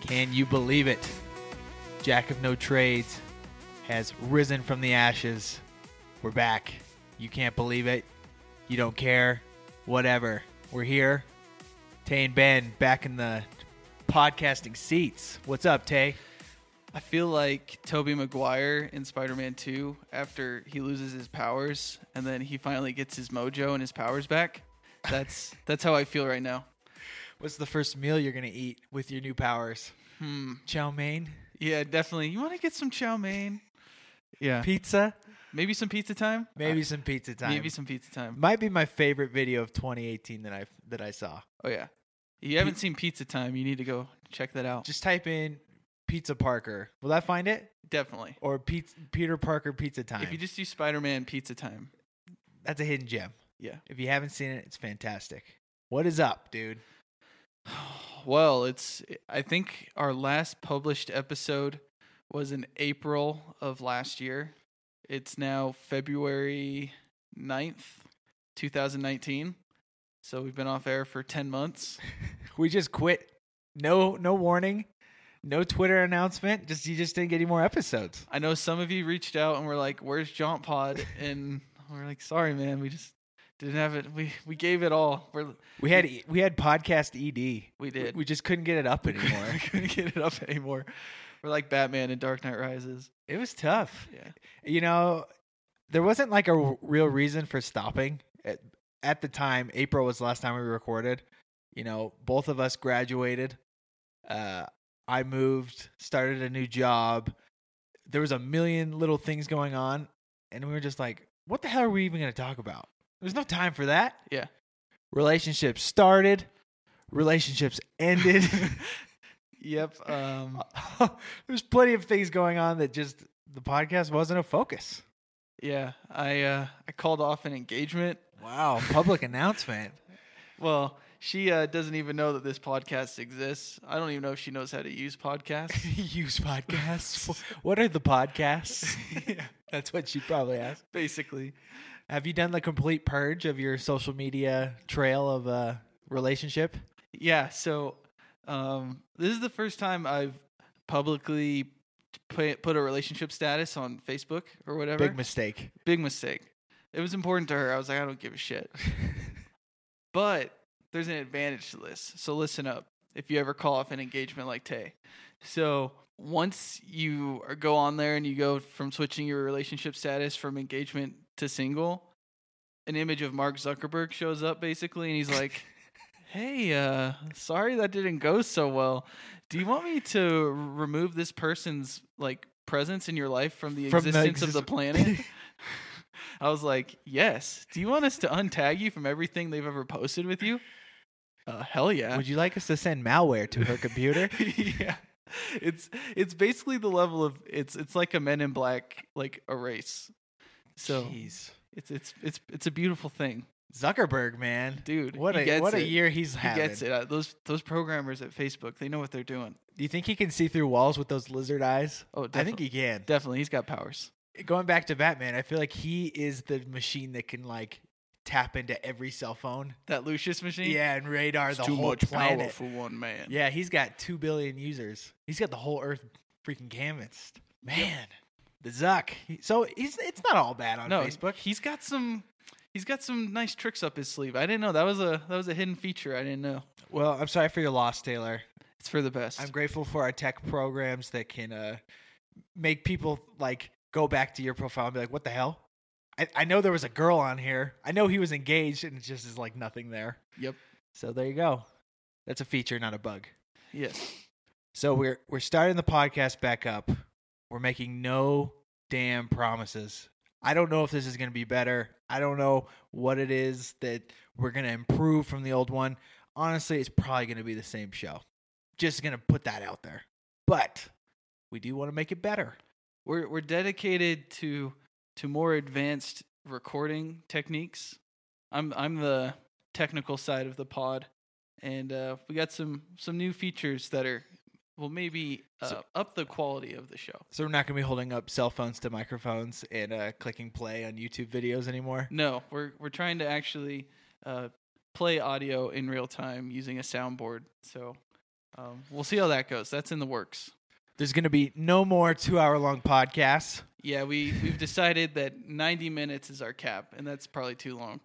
Can you believe it? Jack of No Trades has risen from the ashes. We're back. You can't believe it. You don't care. Whatever. We're here. Tay and Ben back in the podcasting seats. What's up, Tay? I feel like Toby Maguire in Spider-Man 2 after he loses his powers and then he finally gets his mojo and his powers back. That's that's how I feel right now. What's the first meal you're going to eat with your new powers? Hmm. Chow mein? Yeah, definitely. You want to get some chow mein? Yeah. Pizza? Maybe some pizza time? Uh, Maybe some pizza time. Maybe some pizza time. Might be my favorite video of 2018 that I that I saw. Oh yeah. If you haven't seen Pizza Time, you need to go check that out. Just type in Pizza Parker. Will that find it? Definitely. Or pizza, Peter Parker Pizza Time. If you just do Spider-Man Pizza Time. That's a hidden gem. Yeah. If you haven't seen it, it's fantastic. What is up, dude? Well, it's I think our last published episode was in April of last year. It's now February 9th, 2019. So we've been off air for 10 months. We just quit. No no warning. No Twitter announcement. Just you just didn't get any more episodes. I know some of you reached out and were like, "Where's Jaunt Pod?" and we're like, "Sorry, man, we just didn't have it. We we gave it all. We're We had e, we had podcast ED. we We, did. we just couldn't get it up We couldn't- anymore. we couldn't get it up anymore. We're like Batman in Dark Knight Rises. it was tough. Yeah. you know, there wasn't like a r- real reason for stopping. At, at the time, April was the last time we recorded. You know, both of us graduated. Uh, I moved, started a new job. There was a million little things going on, and we were just like, "What the hell are we even going to talk about?" There's no time for that. Yeah. Relationships started, relationships ended. Yep. Um There's plenty of things going on that just the podcast wasn't a focus. Yeah, I uh, I called off an engagement. Wow, public announcement. Well, she uh, doesn't even know that this podcast exists. I don't even know if she knows how to use podcasts. Use podcasts. What are the podcasts? That's what she'd probably ask. Basically, Have you done the complete purge of your social media trail of uh, relationship? yeah. So um, this is the first time I've publicly put put a relationship status on Facebook or whatever. Big mistake. Big mistake. It was important to her. I was like, I don't give a shit. but there's an advantage to this. So listen up if you ever call off an engagement like Tay. So once you are- go on there and you go from switching your relationship status from engagement to single, an image of Mark Zuckerberg shows up basically and he's like, Hey, uh, sorry that didn't go so well. Do you want me to remove this person's like presence in your life from the From the existence of the exist- planet? I was like, yes. Do you want us to untag you from everything they've ever posted with you? Uh, hell yeah. Would you like us to send malware to her computer? yeah. It's it's basically the level of it's it's like a Men in Black like a race. So Jeez. it's it's it's it's a beautiful thing, Zuckerberg, man. dude. What he a gets what a it. year he's He having. gets it. Uh, those those programmers at Facebook, they know what they're doing. Do you think he can see through walls with those lizard eyes? Oh, definitely, I think he can. definitely he's got powers. going back to Batman, I feel like he is the machine that can like tap into every cell phone. That Lucius machine. Yeah, and radar the whole planet. for one man. Yeah, he's got two billion users. He's got the whole Earth freaking canvassed. Man, the Zuck. He- So he's it's not all bad on no, Facebook. he's got some. He's got some nice tricks up his sleeve. I didn't know that was a that was a hidden feature. I didn't know. Well, I'm sorry for your loss, Taylor. It's for the best. I'm grateful for our tech programs that can uh, make people like go back to your profile and be like, "What the hell." I, I know there was a girl on here. I know he was engaged, and it just is like nothing there. yep. So there you go. That's a feature, not a bug. Yes. So we're we're starting the podcast back up. We're making no damn promises. I don't know if this is going to be better. I don't know what it is that we're going to improve from the old one. Honestly, it's probably going to be the same show. Just going to put that out there. But we do want to make it better. We're we're dedicated to to more advanced recording techniques. I'm I'm the technical side of the pod, and uh, we got some some new features that are will maybe uh, So- up the quality of the show. So we're not going to be holding up cell phones to microphones and uh, clicking play on YouTube videos anymore. No, we're we're trying to actually uh, play audio in real time using a soundboard. So Um, we'll see how that goes. That's in the works. There's going to be no more two hour long podcasts. Yeah, we we've decided that 90 minutes is our cap, and that's probably too long.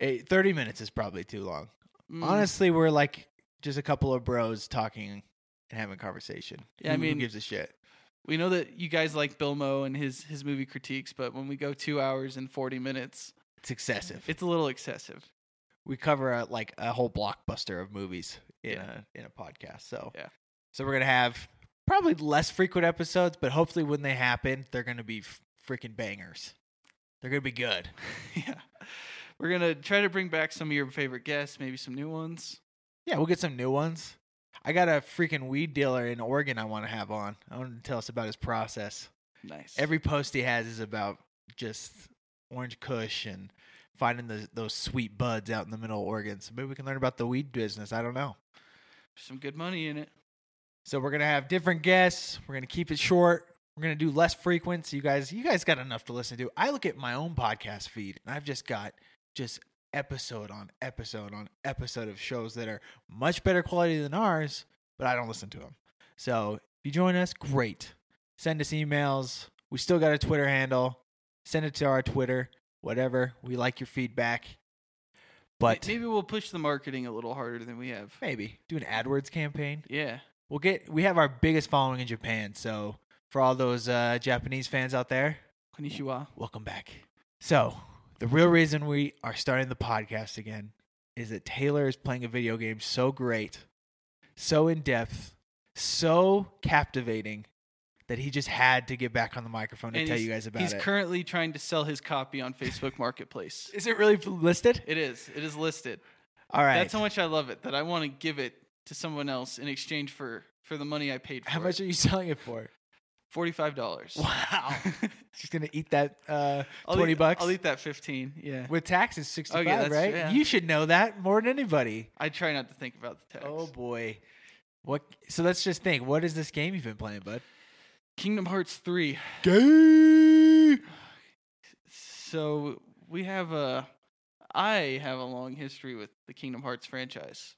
Eh, 30 minutes is probably too long. Mm, Honestly, we're like just a couple of bros talking and having conversation. Yeah, I Who- mean- who gives a shit? we know that you guys like Bill Mo and his his movie critiques, but when we go two hours and 40 minutes, It's excessive. it's a little excessive. we cover a, like a whole blockbuster of movies in Yeah. a in a podcast. So Yeah. so we're gonna have probably less frequent episodes, but hopefully when they happen, they're gonna be f- freaking bangers. They're gonna be good. yeah, we're gonna try to bring back some of your favorite guests, maybe some new ones. Yeah, we'll get some new ones. I got a freaking weed dealer in Oregon I want to have on. I want him to tell us about his process. Nice. Every post he has is about just orange kush and finding the, those sweet buds out in the middle of Oregon. So maybe we can learn about the weed business. I don't know. some good money in it. So we're gonna have different guests. We're gonna keep it short. We're gonna do less frequent. So you guys, you guys got enough to listen to. I look at my own podcast feed, and I've just got just episode on episode on episode of shows that are much better quality than ours, but I don't listen to them. So if you join us, great. Send us emails. We still got a Twitter handle. Send it to our Twitter. Whatever. We like your feedback. But maybe we'll push the marketing a little harder than we have. maybe do an AdWords campaign. Yeah. We'll get we have our biggest following in Japan, so for all those uh, Japanese fans out there, Konnichiwa. welcome back. So the real reason we are starting the podcast again is that Taylor is playing a video game so great, so in depth, so captivating that he just had to get back on the microphone and, And tell he's- you guys about He's it. Is currently trying to sell his copy on Facebook Marketplace. it really listed? It is. It is listed. All right. That's how much I love it. That I want to give it to someone else in exchange for for the money I paid for. how much are you selling it for? Forty five dollars. Wow. She's gonna eat that uh, I'll twenty eat, bucks. I'll eat that fifteen. Oh, Yeah. With taxes, 65, that's- right? yeah. You should know that more than anybody. I try not to think about the tax. Oh boy. What so let's just think, what is this game you've been playing, bud? Kingdom Hearts three. Game. So we have a I have a long history with the Kingdom Hearts franchise.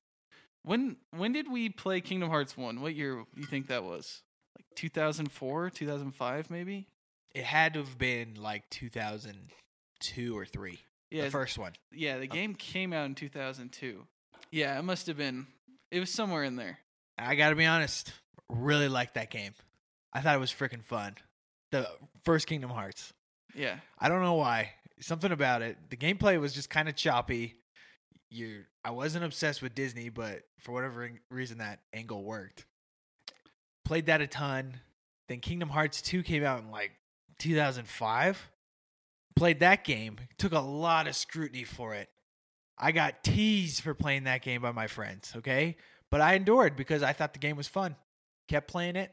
When when did we play Kingdom Hearts 1? What year do you think that was? Like 2004, 2005 maybe? It had to have been like 2002 or 3. Yeah, The first Oh. one. yeah, the game came out in 2002. Yeah, it must have been it was somewhere in there. I got to be honest, really liked that game. I thought it was freaking fun. The first Kingdom Hearts. Yeah. I don't know why. Something about it. The gameplay was just kind of choppy. You I wasn't obsessed with Disney, but for whatever re- reason that angle worked. Played that a ton. Then Kingdom Hearts 2 came out in like 2005. Played that game. Took a lot of scrutiny for it. I got teased for playing that game by my friends, okay? But I endured because I thought the game was fun. Kept playing it.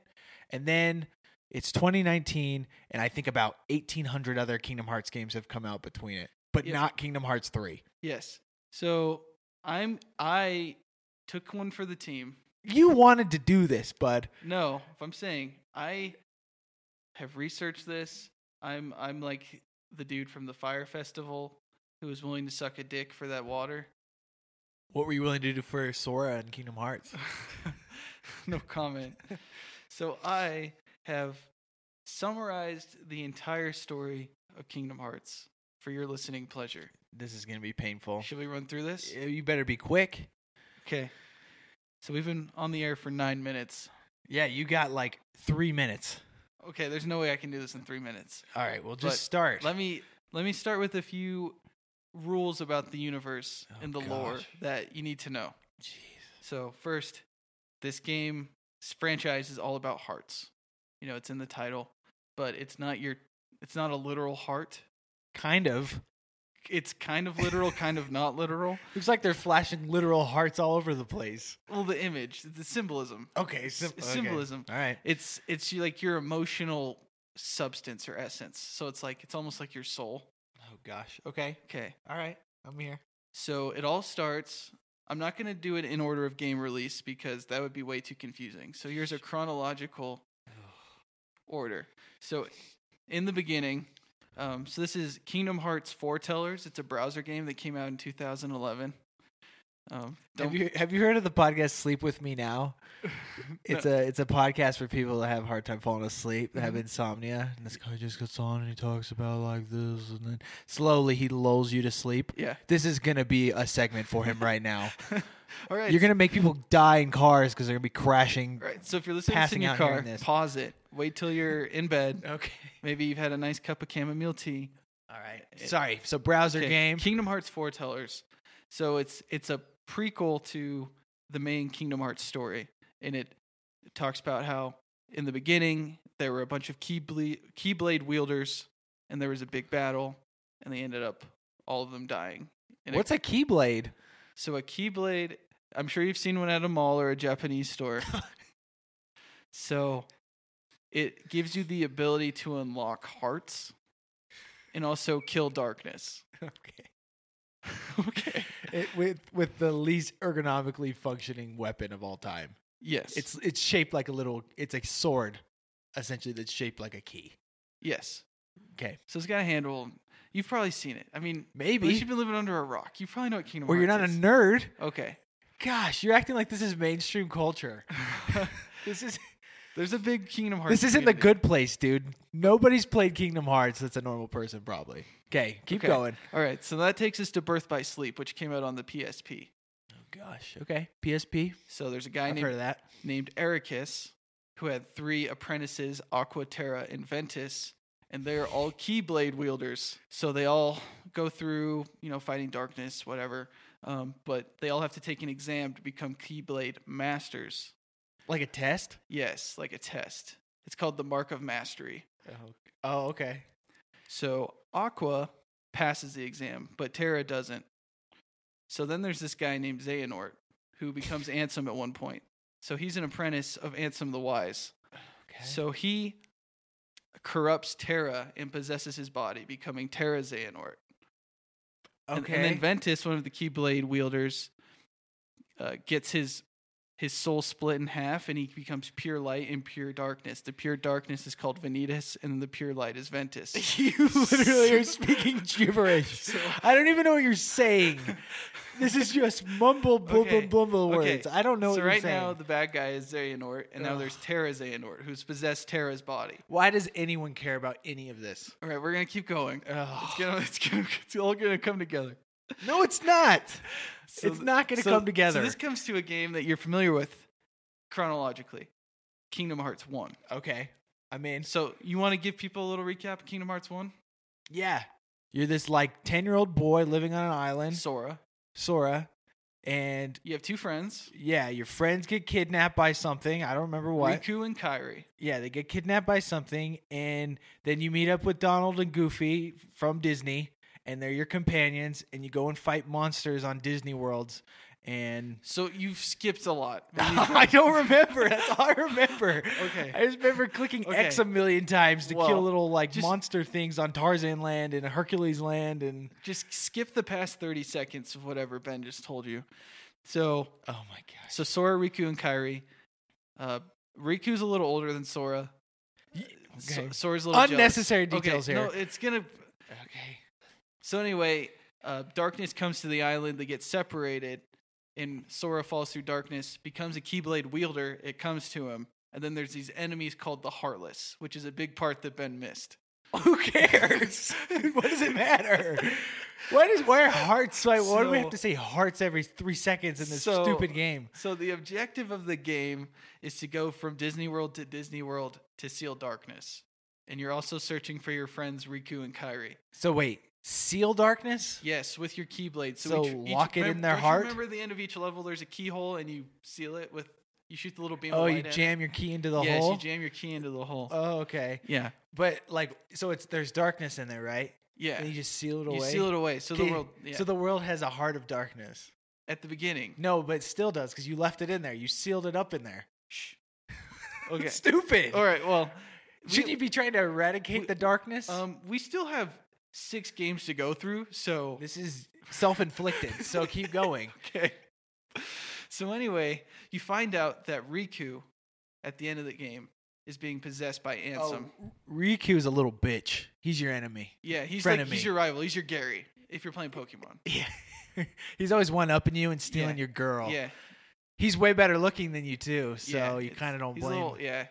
And then it's 2019 and i think about 1800 other kingdom hearts games have come out between it but Yeah. not kingdom hearts 3 Yes. So I'm I took one for the team. you wanted to do this bud No, if I'm saying I have researched this, I'm I'm like the dude from the fire festival who was willing to suck a dick for that water. what were you willing to do for sora and kingdom hearts no comment. so I have summarized the entire story of Kingdom Hearts for your listening pleasure. this is going to be painful Should we run through this? eh, you better be quick Okay. So we've been on the air for 9 minutes. yeah you got like three minutes Okay, there's no way I can do this in 3 minutes. all right well But just start Let me let me start with a few rules about the universe Oh, and the lore gosh. that you need to know. Jeez. So first, this game this franchise is all about hearts. You know, it's in the title, but it's not your it's not a literal heart. kind of It's kind of literal, kind of not literal. looks like they're flashing literal hearts all over the place Well, the image, the symbolism. okay, sim- S- symbolism. all right It's it's you- like your emotional substance or essence. So it's like it's almost like your soul. oh gosh okay Okay. all right i'm here So it all starts. I'm not going to do it in order of game release because that would be way too confusing. So here's a chronological order. So in the beginning, um, so this is Kingdom Hearts Foretellers. It's a browser game that came out in 2011. Um, Have don't, you have you heard of the podcast Sleep with Me Now? It's a it's a podcast for people that have a hard time falling asleep, that have Mhm. insomnia, and this guy just gets on and he talks about like this, and then slowly he lulls you to sleep. yeah. This is gonna be a segment for him right now. All right. You're gonna make people die in cars because they're gonna be crashing. All right. So if you're listening to this passing in your out hearing car, this. pause it. Wait till you're in bed. Okay. Maybe you've had a nice cup of chamomile tea. All right. Sorry. So browser Okay, game. Kingdom Hearts Foretellers. So it's it's a prequel to the main Kingdom Hearts story, and it talks about how in the beginning there were a bunch of keyblade keyblade wielders, and there was a big battle, and they ended up all of them dying. And it- What's a keyblade? so a keyblade? I'm sure you've seen one at a mall or a Japanese store. so it gives you the ability to unlock hearts and also kill darkness. okay. okay. It, with with the least ergonomically functioning weapon of all time. Yes. It's it's shaped like a little. It's a sword, essentially that's shaped like a key. yes. Okay, So it's got a handle. You've probably seen it. I mean, unless maybe. you've been living under a rock, you probably know what Kingdom Or you're Hearts. not a is. nerd. okay. Gosh, you're acting like this is mainstream culture. This is There's a big Kingdom Hearts. this isn't the community. good place, dude. Nobody's played Kingdom Hearts. That's a normal person, probably. Okay, keep Okay. going. All right. So that takes us to Birth by Sleep, which came out on the PSP. Oh gosh. Okay. PSP. So there's a guy I've named heard of that. named Ericus, who had three apprentices, Aqua, Terra, and Ventus, and they're all Keyblade wielders. So they all go through, you know, fighting darkness, whatever. Um, but they all have to take an exam to become Keyblade masters. Like a test. Yes, like a test. It's called the Mark of Mastery. Oh, oh okay. So Aqua passes the exam, but Terra doesn't. So then there's this guy named Xehanort, who becomes Ansem at one point. So he's an apprentice of Ansem the Wise. Okay. So he corrupts Terra and possesses his body, becoming Terra Xehanort. okay. And, and then Ventus, one of the Keyblade wielders, uh, gets his his soul split in half, and he becomes pure light and pure darkness. The pure darkness is called Vanitas, and the pure light is Ventus. you literally are speaking gibberish. I don't even know what you're saying. This is just mumble, blumble, Okay. blumble Okay. words. I don't know so what right you're saying. now, the bad guy is Xehanort, and now Ugh. there's Terra Xehanort, who's possessed Terra's body. Why does anyone care about any of this? All right, we're gonna keep going. It's Ugh. gonna, it's gonna, it's all gonna come together. no, it's not. So it's th- not going to so- come together. So this comes to a game that you're familiar with chronologically. Kingdom Hearts 1. okay, I mean, So you want to give people a little recap of Kingdom Hearts 1? yeah, you're this like ten year old boy living on an island, Sora. Sora, and You have two friends, yeah, your friends get kidnapped by something. I don't remember what. Riku and Kairi. Yeah, they get kidnapped by something, and then you meet up with Donald and Goofy from Disney, and they're your companions, and you go and fight monsters on Disney worlds. And So you've skipped a lot. We need to- I don't remember. That's all I remember. Okay. I just remember clicking Okay. X a million times to Well, kill little like just- monster things on Tarzan Land and Hercules Land, and Just skip the past 30 seconds of whatever Ben just told you. So oh my gosh, so Sora, Riku, and Kairi. Uh, Riku's a little older than Sora. So- okay. Sora's a little jealous. unnecessary Okay, details here. No, it's gonna okay. So anyway, uh, darkness comes to the island. They get separated, and Sora falls through darkness, becomes a Keyblade wielder. It comes to him, and then there's these enemies called the Heartless, which is a big part that Ben missed. Who cares? what does it matter? Why does why are hearts like why do we So- have to say hearts every three seconds in this So- stupid game? So the objective of the game is to go from Disney World to Disney World to seal darkness, and you're also searching for your friends Riku and Kairi. So wait, seal darkness? Yes, with your Keyblade. So, So each, each- lock it in remember- their don't you heart? Remember the end of each level, there's a keyhole, and you seal it with. You shoot the little beam. Oh, of light you at it. jam your key into the yes, hole? you jam your key into the hole. oh, okay. yeah, But like so it's there's darkness in there, right? yeah. And you just seal it You away. seal it away. So the Okay, world. Yeah, So the world has a heart of darkness. at the beginning. No, but it still does because you left it in there. You sealed it up in there. Shh. Okay. Okay. stupid. All right. Well, Shouldn't we, you be trying to eradicate we- the darkness? Um, we still have six games to go through. So this is self-inflicted. so keep going. okay. So anyway, you find out that Riku, at the end of the game, is being possessed by Ansem. Oh, Riku's a little bitch. He's your enemy. yeah, he's like, frenemy. he's your rival. He's your Gary. If you're playing Pokemon. Yeah. He's always one upping you and stealing Yeah. your girl. Yeah. He's way better looking than you too, Oh, so yeah, you it's- kind of don't he's a blame. little- him. yeah.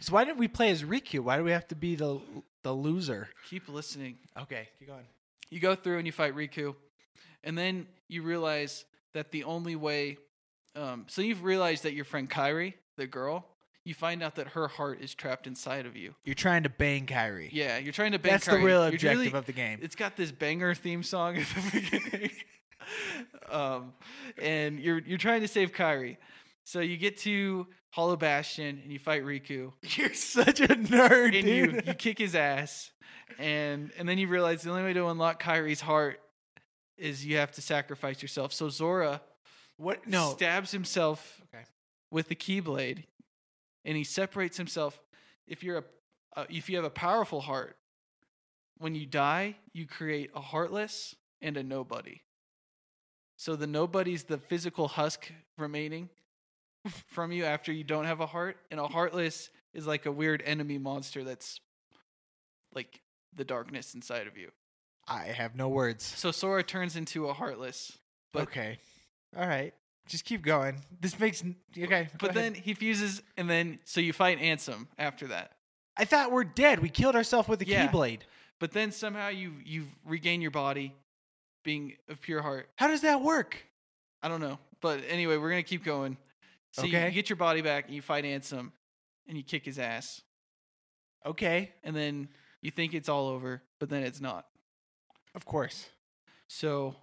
So why didn't we play as Riku? Why do we have to be the the loser? Keep listening. Okay, keep going. You go through and you fight Riku, and then you realize that the only way. Um, so you've realized that your friend Kairi, the girl, you find out that her heart is trapped inside of you. You're trying to bang Kyrie. Yeah, you're trying to bang. That's Kairi. the real You're objective really- of the game. It's got this banger theme song at the beginning. um, and you're you're trying to save Kairi. So you get to Hollow Bastion and you fight Riku. You're such a nerd, dude. And you, you kick his ass. And and then you realize the only way to unlock Kyrie's heart is you have to sacrifice yourself. So Zora what? No. stabs himself Okay. with the keyblade and he separates himself. If you're a uh, if you have a powerful heart, when you die, you create a heartless and a nobody. So the nobody's the physical husk remaining from you after you don't have a heart, and a heartless is like a weird enemy monster that's like the darkness inside of you. I have no words. So Sora turns into a heartless. but- okay. All right. Just keep going. This makes n- okay. go But ahead. then he fuses, and then so you fight Ansem after that. I thought we're dead. We killed ourselves with a Yeah. keyblade. But then somehow you you regain your body, being of pure heart. How does that work? I don't know, but anyway, we're gonna keep going. So you- you, Okay. get your body back, and you fight Ansem, and you kick his ass, Okay. and then you think it's all over, but then it's not. Of course. So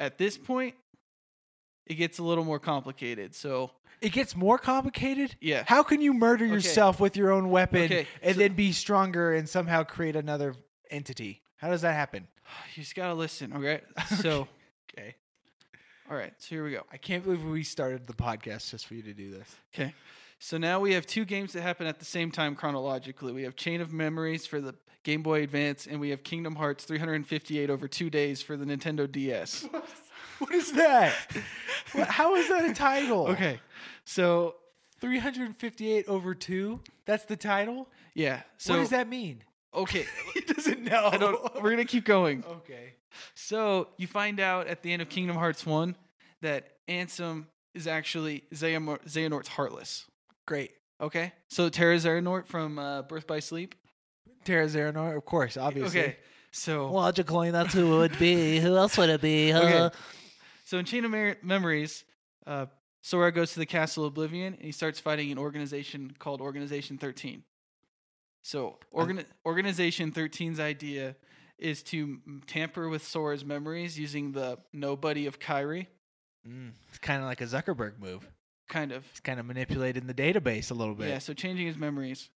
at this point, it gets a little more complicated. So It gets more complicated. yeah, How can you murder Okay. yourself with your own weapon Okay, and so- then be stronger and somehow create another entity? How does that happen? you just gotta listen. Okay, so Okay. all right, so here we go. I can't believe we started the podcast just for you to do this. Okay. So now we have two games that happen at the same time chronologically. We have Chain of Memories for the Game Boy Advance, and we have Kingdom Hearts 358 over two days for the Nintendo DS. What is that? What- How is that a title? Okay. So, 358 over 2? That's the title? yeah. So, what does that mean? okay. He doesn't know. I don't, we're going to keep going. okay. So, you find out at the end of Kingdom Hearts 1 that Ansem is actually Xehanort, Xehanort's Heartless. Great. Okay. So, Terra Xehanort from uh, Birth by Sleep. Tara Zaranor, of course, obviously. Okay. So, Logically, that's who it would be. Who else would it be? Huh? Okay. So in Chain of Mer- Memories, uh, Sora goes to the Castle Oblivion and he starts fighting an organization called Organization 13. So organ- Organization 13's idea is to m- tamper with Sora's memories using the nobody of Kyrie, Mm, it's kind of like a Zuckerberg move. kind of. It's kind of manipulating the database a little bit. Yeah, so changing his memories.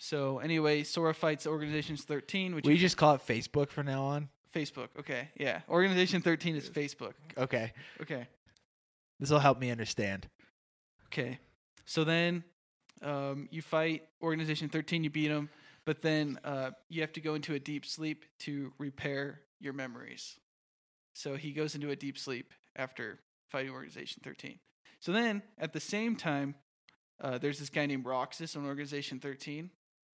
So anyway, Sora fights Organization 13, which We is just call it Facebook from now on. Facebook. Okay, yeah. Organization 13 is Facebook. Okay. Okay. This will help me understand. Okay. So then um, you fight Organization 13, you beat them, but then uh, you have to go into a deep sleep to repair your memories. So he goes into a deep sleep after fighting Organization 13. So then at the same time, uh, there's this guy named Roxas on Organization 13.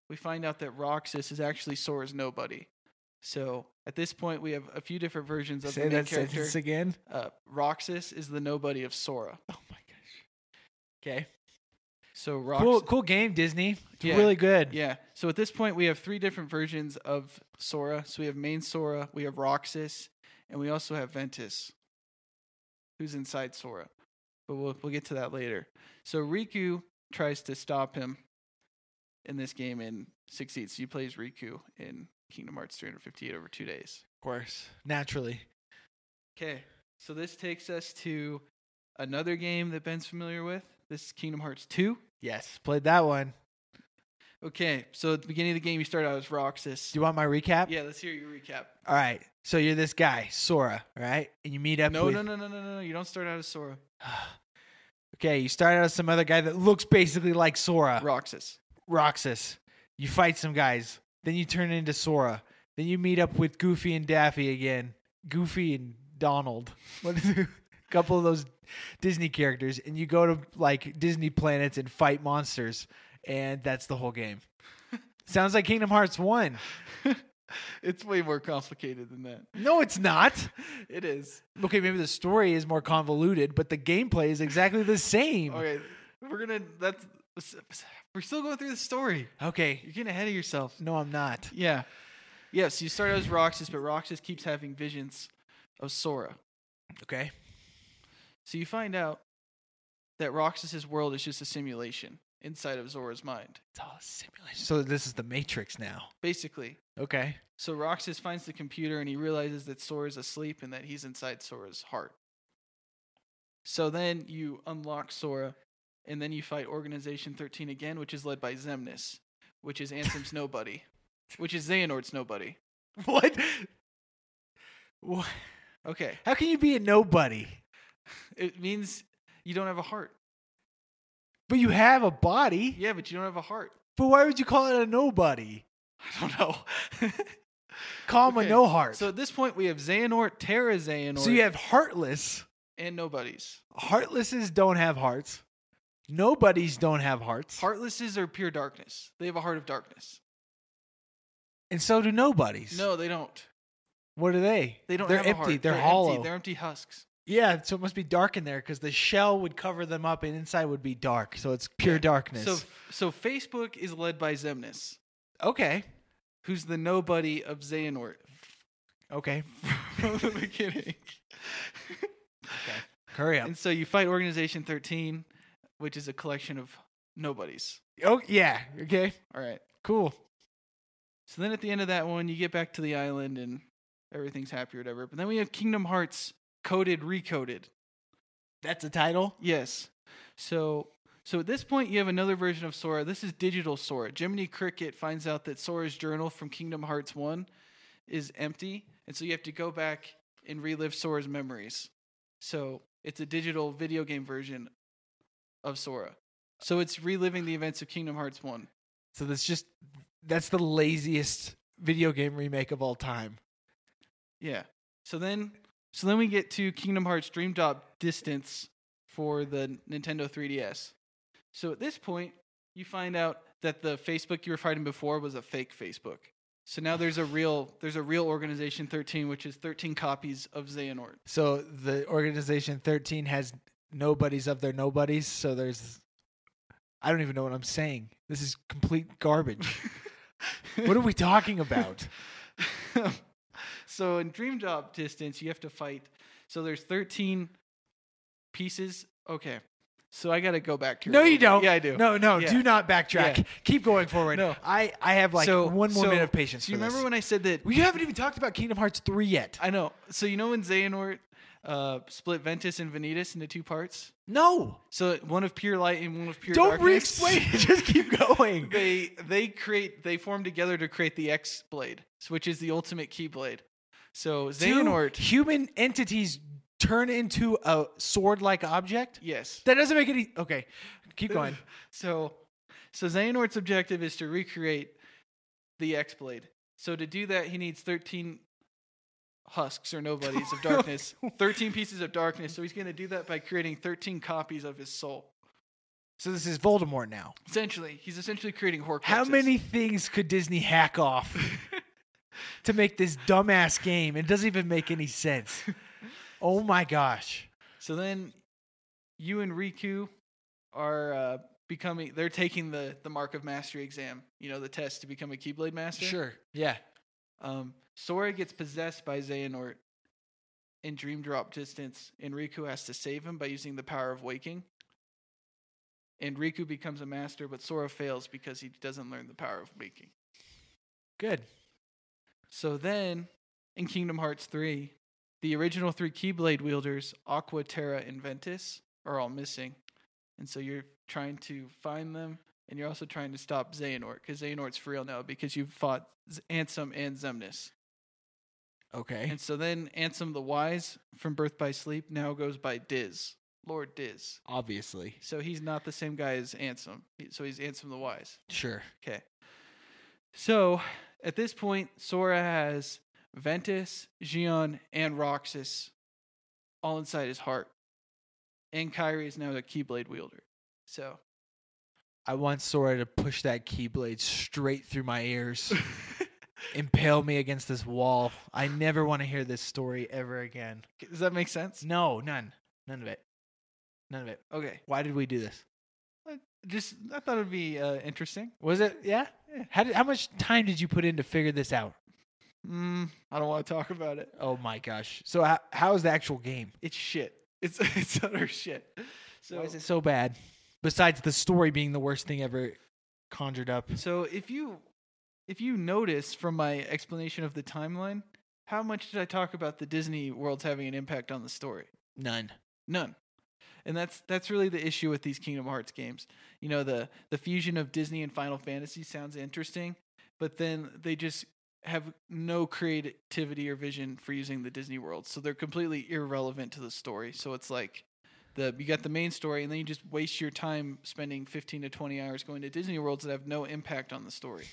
We find out that Roxas is actually Sora's nobody. So at this point, we have a few different versions of Say the main that character. sentence again. Uh, Roxas is the nobody of Sora. Oh my gosh. Okay. So Roxas. Cool, cool game, Disney. It's Yeah. really good. Yeah. So at this point, we have three different versions of Sora. So we have main Sora, we have Roxas, and we also have Ventus, who's inside Sora. But we'll we'll get to that later. So Riku tries to stop him in this game and succeeds. He plays Riku in Kingdom Hearts 358 over two days. Of course. Naturally. Okay. So this takes us to another game that Ben's familiar with. This is Kingdom Hearts 2. Yes. Played that one. Okay. So at the beginning of the game, you start out as Roxas. Do you want my recap? Yeah, let's hear your recap. All right. So you're this guy, Sora, all right? And you meet up No, with no, no, no, no, no, no. You don't start out as Sora. Okay, you start out as some other guy that looks basically like Sora. Roxas. Roxas. You fight some guys. Then you turn into Sora. Then you meet up with Goofy and Daffy again. Goofy and Donald. What is it? A couple of those Disney characters. And you go to like Disney planets and fight monsters. And that's the whole game. Sounds like Kingdom Hearts 1. It's way more complicated than that. No, it's not. It is. Okay, maybe the story is more convoluted, but the gameplay is exactly the same. Okay, Okay, we're gonna. That's we're still going through the story. You're getting ahead of yourself. no, I'm not. Yeah, yeah. So you start out as Roxas, but Roxas keeps having visions of Sora. Okay, So you find out that Roxas's world is just a simulation inside of Zora's mind, it's all a simulation. So this is the Matrix now. basically. Okay, So Roxas finds the computer and he realizes that Sora's asleep and that he's inside Sora's heart. So then you unlock Sora and then you fight Organization 13 again, which is led by Zemnis, which is Ansem's nobody, which is Xehanort's nobody. what? What? Okay. How can you be a nobody? It means you don't have a heart. But you have a body. Yeah, but you don't have a heart. But why would you call it a nobody? I don't know. Call him Okay, a no heart. so So, at this point, we have Xehanort, Terra Xehanort, you have heartless. and nobodies. Heartlesses don't have hearts. Nobodies don't have hearts. Heartlesses are pure darkness. They have a heart of darkness. and so do nobodies. No, they don't. What are they? They don't. They're have empty. A heart. They're, hollow. Empty. They're empty husks. yeah, so it must be dark in there because the shell would cover them up and inside would be dark. So it's pure darkness. So, so Facebook is led by Zemnis, okay. who's the nobody of Xehanort Okay. from the beginning. Hurry up. And so you fight Organization Thirteen, which is a collection of nobodies. Oh, yeah. Okay. All right. Cool. So then at the end of that one, you get back to the island and everything's happy or whatever. But then we have Kingdom Hearts coded recoded. That's a title. Yes. So so at this point you have another version of Sora. This is digital Sora. Jiminy Cricket finds out that Sora's journal from Kingdom Hearts 1 is empty, and so you have to go back and relive Sora's memories. So it's a digital video game version of Sora. So it's reliving the events of Kingdom Hearts 1. So that's just that's the laziest video game remake of all time. Yeah. So then so then we get to Kingdom Hearts Dream Drop Distance for the Nintendo 3DS. So at this point, you find out that the Facebook you were fighting before was a fake Facebook. So now there's a real there's a real organization 13 which is 13 copies of Xehanort. So the organization 13 has nobodies of their nobodies. So there's, I don't even know what I'm saying. This is complete garbage. what are we talking about? so in Dream Job Distance, you have to fight. So there's 13 pieces. Okay. So I got to go back here. a No, little you bit. don't. Yeah, I do. No, no, Yeah. do not backtrack. Yeah. Keep going forward. No. I, I have like one more so- minute of patience. So you for remember this. when I said that? we haven't even talked about Kingdom Hearts 3 yet? I know. So you know when Xehanort uh, split Ventus and Vanitas into two parts? no, So one of pure light and one of pure don't re darkness. explain it. Just keep going. they they create they form together to create the X blade, which is the ultimate keyblade. So Xehanort, Do human entities turn into a sword like object? yes. That doesn't make any. Okay, keep going. So so Xehanort's objective is to recreate the X blade. So to do that, he needs thirteen husks or nobodies of darkness, thirteen pieces of darkness. So he's going to do that by creating thirteen copies of his soul. So this is Voldemort now. Essentially, he's essentially creating Horcruxes. How many things could Disney hack off to make this dumbass game? It doesn't even make any sense. Oh my gosh. So then, you and Riku are uh, becoming. They're taking the the Mark of Mastery exam. You know, the test to become a Keyblade Master. Yeah. Um, Sora gets possessed by Xehanort in Dream Drop Distance, and Riku has to save him by using the power of waking. And Riku becomes a master, but Sora fails because he doesn't learn the power of waking. Good. So then, in Kingdom Hearts 3, the original three Keyblade wielders, Aqua, Terra, and Ventus, are all missing. And so you're trying to find them, and you're also trying to stop Xehanort, because Xehanort's for real now, because you've fought Z- Ansem and Zemnis. Okay. And so then Ansem the Wise from Birth by Sleep now goes by Diz, Lord Diz. Obviously. So he's not the same guy as Ansem. He- So he's Ansem the Wise. Sure. Okay. So at this point, Sora has Ventus, Gion, and Roxas all inside his heart. And Kyrie is now the Keyblade wielder. So I want Sora to push that Keyblade straight through my ears. impale me against this wall. I never want to hear this story ever again. Does that make sense? No, none. None of it. None of it. Okay. Why did we do this? Just I thought it'd be uh, interesting. Was it yeah? Yeah. How did, how much time did you put in to figure this out? Mm, I don't want to talk about it. Oh my gosh. So how, how is the actual game? It's shit. It's it's utter shit. So Why is it so bad? Besides the story being the worst thing ever conjured up. So if you if you notice from my explanation of the timeline, how much did I talk about the Disney worlds having an impact on the story? None. None. And that's that's really the issue with these Kingdom Hearts games. You know, the the fusion of Disney and Final Fantasy sounds interesting, but then they just have no creativity or vision for using the Disney world. So they're completely irrelevant to the story. So it's like the you got the main story and then you just waste your time spending 15 to 20 hours going to Disney worlds that have no impact on the story.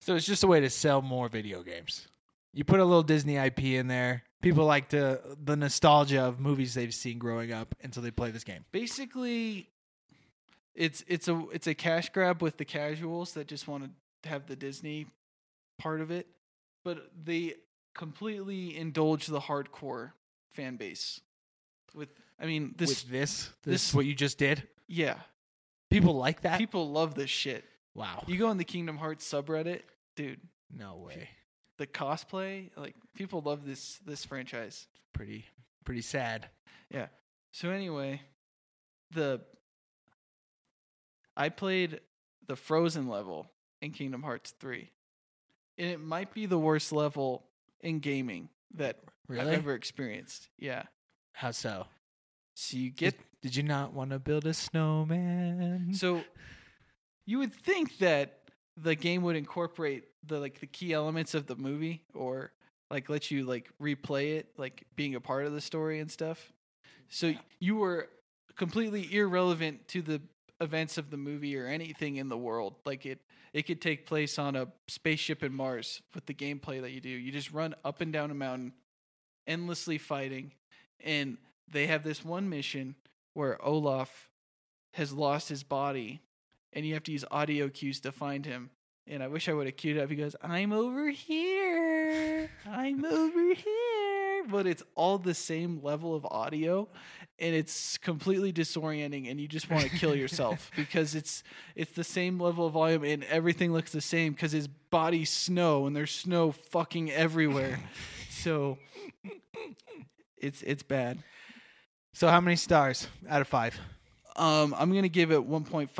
So it's just a way to sell more video games. You put a little Disney IP in there. People like to the nostalgia of movies they've seen growing up, and so they play this game. basically it's it's a it's a cash grab with the casuals that just want to have the Disney part of it, but they completely indulge the hardcore fan base. With I mean this With this, this, this- what you just did. yeah People like that. people love this shit. wow. You go on the Kingdom Hearts subreddit, dude. no way. The cosplay, like people love this this franchise. Pretty, pretty sad. So anyway, the I played the Frozen level in Kingdom Hearts 3. And it might be the worst level in gaming that Really? I've ever experienced. Yeah. How so? So you get Did, did you not want to build a snowman? so you would think that the game would incorporate the like the key elements of the movie or like let you like replay it like being a part of the story and stuff so you were completely irrelevant to the events of the movie or anything in the world like it it could take place on a spaceship in mars with the gameplay that you do you just run up and down a mountain endlessly fighting and they have this one mission where olaf has lost his body and you have to use audio cues to find him. And I wish I would have queued it up. He goes, I'm over here. I'm over here. But it's all the same level of audio and it's completely disorienting and you just want to kill yourself because it's it's the same level of volume and everything looks the same because his body's snow and there's snow fucking everywhere. so it's it's bad. So how many stars out of five? Um, I'm gonna give it 1.5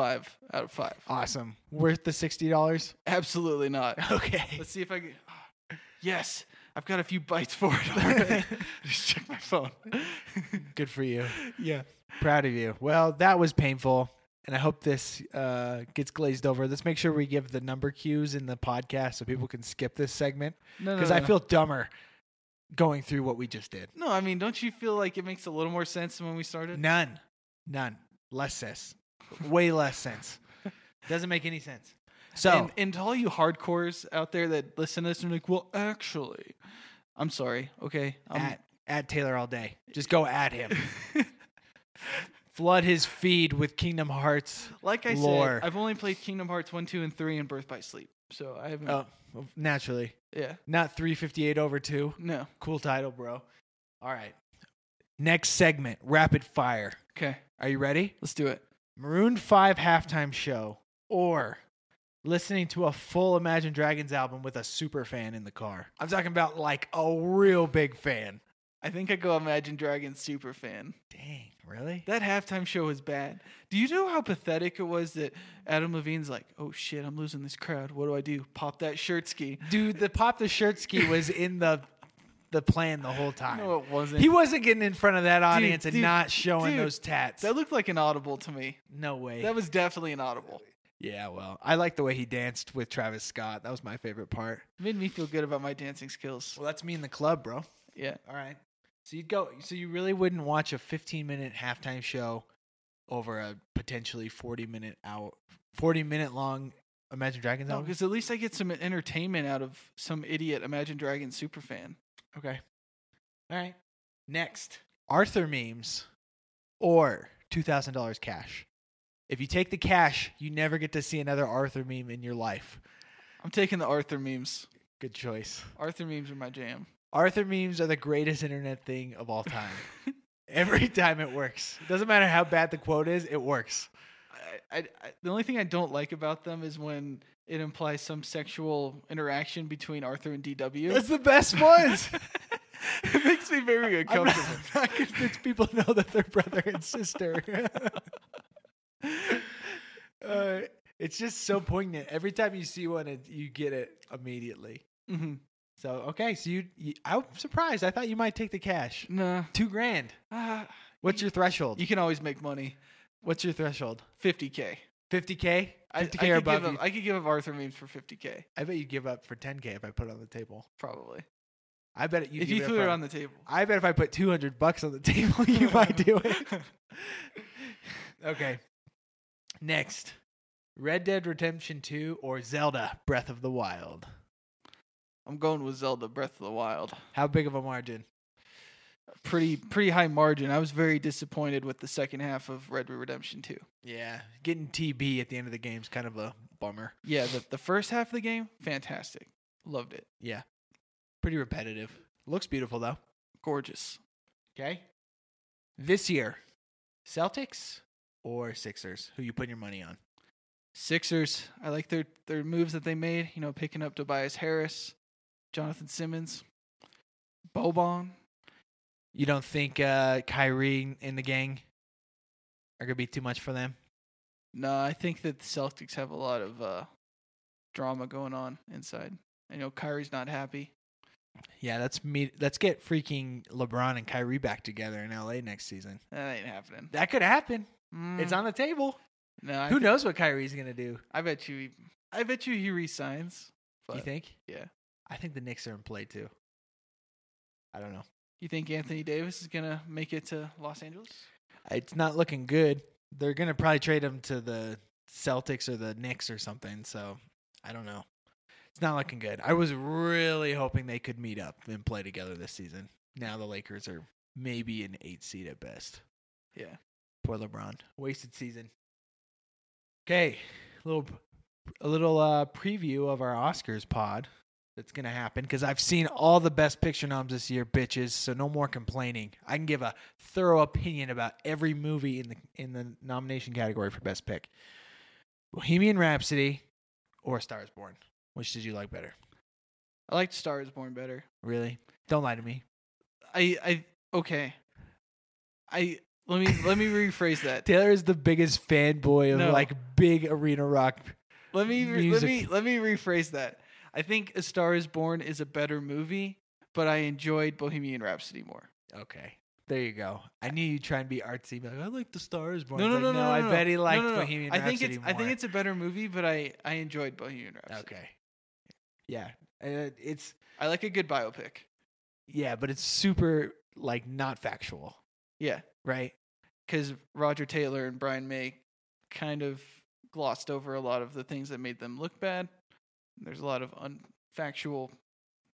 out of five. Awesome. Worth the sixty dollars? Absolutely not. Okay. Let's see if I can. Yes, I've got a few bites for it already. Just check my phone. Good for you. yeah. Proud of you. Well, that was painful. And I hope this uh, gets glazed over. Let's make sure we give the number cues in the podcast so people can skip this segment No, no, because no, I no. feel dumber going through what we just did. No, I mean, don't you feel like it makes a little more sense than when we started? None. None. Less sense. Way less sense. Doesn't make any sense. So, And, and to all you hardcores out there that listen to this and are like, well, actually, I'm sorry. Okay. I'm, at, at Taylor all day. Just go at him. Flood his feed with Kingdom Hearts. like I Lore. said, I've only played Kingdom Hearts 1, 2, and 3 and Birth by Sleep. So I haven't. Oh, naturally. Yeah. Not 358 over 2. No. Cool title, bro. All right. Next segment, rapid fire. Okay. Are you ready? Let's do it. Maroon 5 halftime show or listening to a full Imagine Dragons album with a super fan in the car. I'm talking about like a real big fan. I think I go Imagine Dragons super fan. Dang, really? That halftime show was bad. Do you know how pathetic it was that Adam Levine's like, oh shit, I'm losing this crowd. What do I do? Pop that shirt ski. Dude, the pop the shirt ski was in the the plan the whole time. No, it wasn't. he wasn't getting in front of that audience and dude, not showing dude, those tats. that looked like an audible to me. no way. That was definitely an audible. yeah, well, I like the way he danced with Travis Scott. That was my favorite part. made me feel good about my dancing skills. Well, that's me in the club, bro. Yeah. All right. So you'd go. So you really wouldn't watch a 15 minute halftime show over a potentially 40 minute out, 40 minute long Imagine Dragons No, album. because at least I get some entertainment out of some idiot Imagine Dragons super fan. okay. All right. Next, Arthur memes or two thousand dollars cash. If you take the cash, you never get to see another Arthur meme in your life. I'm taking the Arthur memes. Good choice. Arthur memes are my jam. Arthur memes are the greatest internet thing of all time. Every time it works. It doesn't matter how bad the quote is, it works. I, I, I- the only thing I don't like about them is when it implies some sexual interaction between Arthur and DW. That's the best ones. it makes me very I'm not, uncomfortable. I'm not convinced people know that they're brother and sister. uh, it's just so poignant. Every time you see one, it, you get it immediately. Mhm. So okay, so you, you, I'm surprised. I thought you might take the cash. Nah. Two grand. Ah, What's your threshold? you can always make money. What's your threshold? 50K. Fifty k. I, I, Fifty could k give or above. up, you- I could give up Arthur memes for 50K, I bet you give up for ten k if I put it on the table. probably. I bet you. if give you up threw it for- on the table. I bet if I put two hundred bucks on the table, you might do it. Okay. Next, Red Dead Redemption Two or Zelda Breath of the Wild. I'm going with Zelda Breath of the Wild. How big of a margin? Pretty pretty high margin. I was very disappointed with the second half of Red Dead Redemption 2. Yeah, getting TB at the end of the game is kind of a bummer. Yeah, the, the first half of the game, fantastic. Loved it. Yeah, pretty repetitive. Looks beautiful though. Gorgeous. Okay. This year, Celtics or Sixers? Who you putting your money on? Sixers, I like their their moves that they made, you know, picking up Tobias Harris, Jonathan Simmons, Boban. You don't think uh, Kyrie and the gang are gonna be too much for them? No, I think that the Celtics have a lot of uh, drama going on inside. I know Kyrie's not happy. Yeah, let's meet. Let's get freaking LeBron and Kyrie back together in LA next season. That ain't happening. That could happen. It's Mm, on the table. No, I Who thi- knows what Kyrie's gonna do? I bet you. He, I bet you he resigns. But you think? yeah. I think the Knicks are in play too. I don't know. you think Anthony Davis is gonna make it to Los Angeles? It's not looking good. They're gonna probably trade him to the Celtics or the Knicks or something. So I don't know. It's not looking good. I was really hoping they could meet up and play together this season. Now the Lakers are maybe an eight seed at best. Yeah. Poor LeBron. Wasted season. Okay, a little, a little uh, preview of our Oscars pod that's gonna happen because I've seen all the best picture noms this year, bitches. So no more complaining. I can give a thorough opinion about every movie in the in the nomination category for best pick. Bohemian Rhapsody or A Star Is Born. Which did you like better? I liked Star Is Born better. Really? Don't lie to me. I I okay. I let me let me rephrase that. Taylor is the biggest fanboy of No. like big arena rock. Let me re- let Music. me let me rephrase that. I think A Star Is Born is a better movie, but I enjoyed Bohemian Rhapsody more. Okay. There you go. I knew you'd try and be artsy, but like, I like The Star Is Born. No, It's no, like, no, no, no, I no, bet he no, liked no, no. Bohemian I think Rhapsody it's I think more. it's a better movie, but I I enjoyed Bohemian Rhapsody. okay. Yeah, uh, it's I like a good biopic. yeah, but it's super like not factual, Yeah, right? because Roger Taylor and Brian May kind of glossed over a lot of the things that made them look bad. There's a lot of unfactual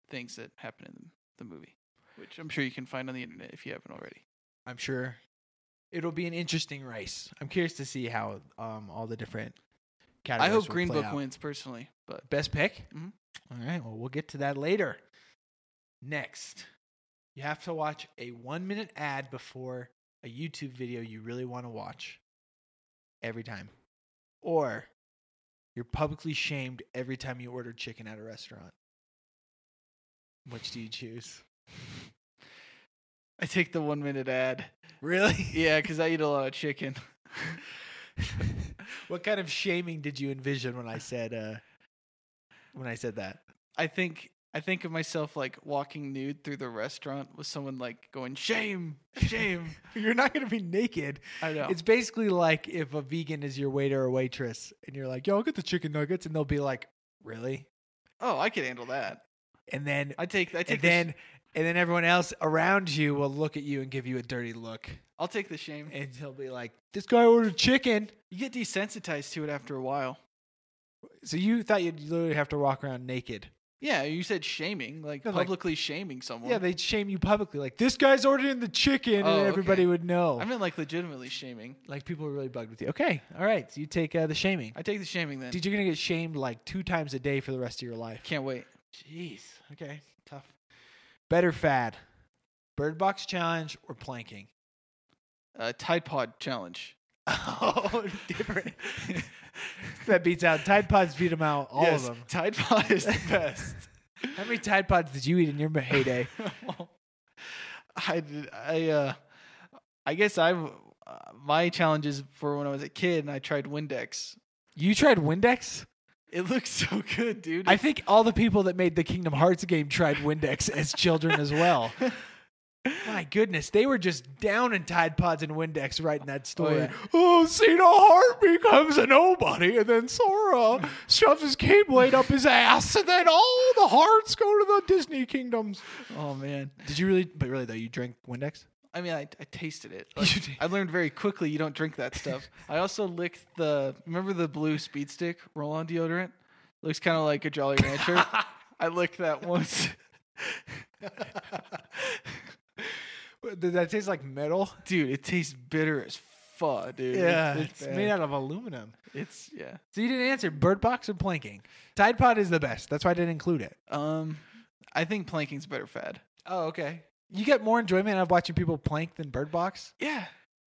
things that happen in the movie, which I'm sure you can find on the internet if you haven't already. I'm sure it'll be an interesting race. I'm curious to see how um all the different I categories. hope will Green play Book out. wins personally, but Best pick? Mhm. All right. Well, we'll get to that later. Next, you have to watch a one minute ad before a YouTube video you really want to watch every time. Or you're publicly shamed every time you order chicken at a restaurant. Which do you choose? I take the one minute ad. Really? Yeah, because I eat a lot of chicken. what kind of shaming did you envision when I said uh when I said that? I think I think of myself like walking nude through the restaurant with someone like going shame, shame. You're not going to be naked. I know. It's basically like if a vegan is your waiter or waitress and you're like, yo, I'll get the chicken nuggets. And they'll be like, really? oh, I could handle that. And then, I take I take and the sh- then, and then everyone else around you will look at you and give you a dirty look. I'll take the shame. And he'll be like, this guy ordered chicken. You get desensitized to it after a while. So you thought you'd literally have to walk around naked Yeah, you said shaming, like No, like- publicly shaming someone. Yeah, they'd shame you publicly. Like this guy's ordering the chicken, Oh, and everybody okay. would know. I meant like legitimately shaming. like people were really bugged with you. Okay, all right. So you take uh, the shaming. I take the shaming then. Dude, you're gonna get shamed like two times a day for the rest of your life. Can't wait. Jeez. Okay. Tough. Better fad: bird box challenge or planking. Uh, Tide Pod challenge. Oh, different. that beats out Tide Pods. Beat them out. All Yes, of them. Tide Pod is the best. How many Tide Pods did you eat in your heyday? I did, I uh I guess I uh, my challenges for when I was a kid and I tried Windex. You tried Windex. It looks so good, dude. I think all the people that made the Kingdom Hearts game tried Windex as children as well. My goodness, they were just down in Tide Pods and Windex writing that story. Oh, yeah. Cena Hart becomes a nobody, and then Sora shoves his Keyblade up his ass, and then all the hearts go to the Disney kingdoms. oh man. Did you really? But really, though, you drank Windex? I mean, I, I tasted it. You Like, did. I learned very quickly you don't drink that stuff. I also licked the remember the blue speed stick roll on deodorant. Looks kind of like a Jolly Rancher. I licked that once. Did that taste like metal? dude, it tastes bitter as fuck, dude. it's, made bad. out of aluminum. It's yeah. So you didn't answer Bird Box or Planking. Tide Pod is the best. That's why I didn't include it. Um, I think planking's a better fad. Oh, okay. You get more enjoyment out of watching people plank than Bird Box. Yeah,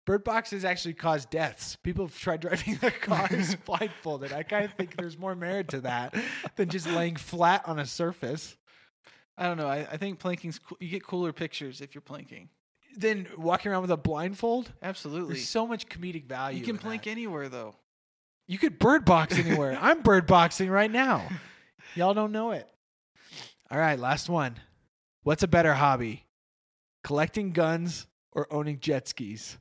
Bird Box has actually caused deaths. People have tried driving their cars blindfolded. I kind of think there's more merit to that than just laying flat on a surface. I don't know. I, I think planking's cool. You get cooler pictures if you're planking. Then walking around with a blindfold. Absolutely, There's so much comedic value. you can in plank that. anywhere though. You could bird box anywhere. I'm bird boxing right now. Y'all don't know it. All right, last one. What's a better hobby? Collecting guns or owning jet skis?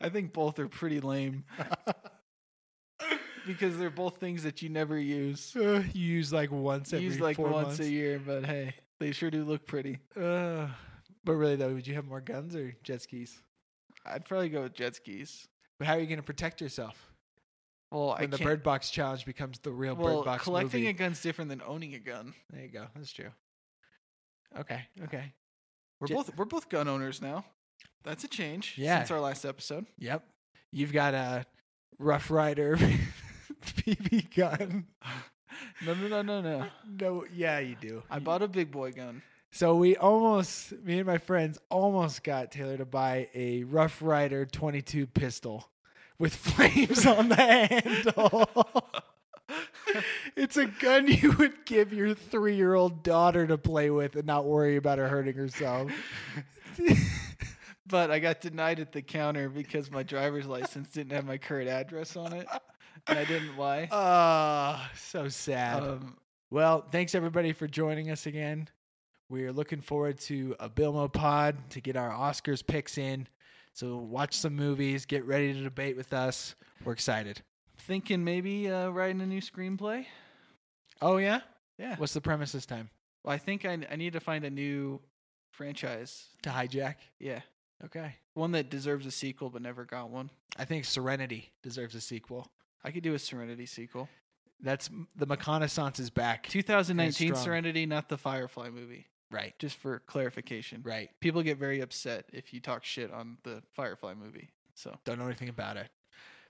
I think both are pretty lame because they're both things that you never use. Uh, you use like once You every use like four once months. a year, but hey, they sure do look pretty. Uh, but really though, would you have more guns or jet skis? I'd probably go with jet skis. But how are you going to protect yourself Well, I when the can't. bird box challenge becomes the real well, bird box collecting movie? a gun's different than owning a gun. there you go. That's true. Okay. Okay. We're Jet- both we're both gun owners now. That's a change Yeah. since our last episode. Yep. You've got a Rough Rider BB gun. No, no, no, no, no. No, yeah, you do. I bought a big boy gun. So we almost, me and my friends, almost got Taylor to buy a Rough Rider 22 pistol with flames on the handle. it's a gun you would give your three year old daughter to play with and not worry about her hurting herself. But I got denied at the counter because my driver's license didn't have my current address on it, and I didn't lie. Ah, so sad. Um, Well, thanks everybody for joining us again. We're looking forward to a Bilmo pod to get our Oscars picks in. So watch some movies, get ready to debate with us. We're excited. thinking maybe uh, writing a new screenplay. Oh yeah? Yeah. What's the premise this time? Well, I think I I need to find a new franchise. To hijack. Yeah, Okay. one that deserves a sequel but never got one. I think Serenity deserves a sequel. I could do a Serenity sequel. That's the McConaissance is back. 2019 strong. Serenity, not the Firefly movie. Right. Just for clarification. Right. People get very upset if you talk shit on the Firefly movie. So Don't know anything about it.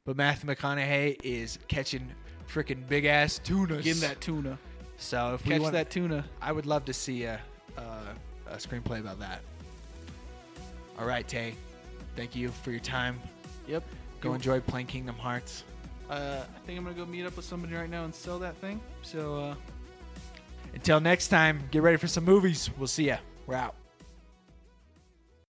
But Matthew McConaughey is catching freaking big ass tunas. give 'em that tuna. So if we Catch want, that tuna. I would love to see a, a, a screenplay about that. All right, Tay. Thank you for your time. Yep. Go You- enjoy playing Kingdom Hearts. Uh, I think I'm gonna go meet up with somebody right now and sell that thing. So uh, Until next time, get ready for some movies. We'll see ya. We're out.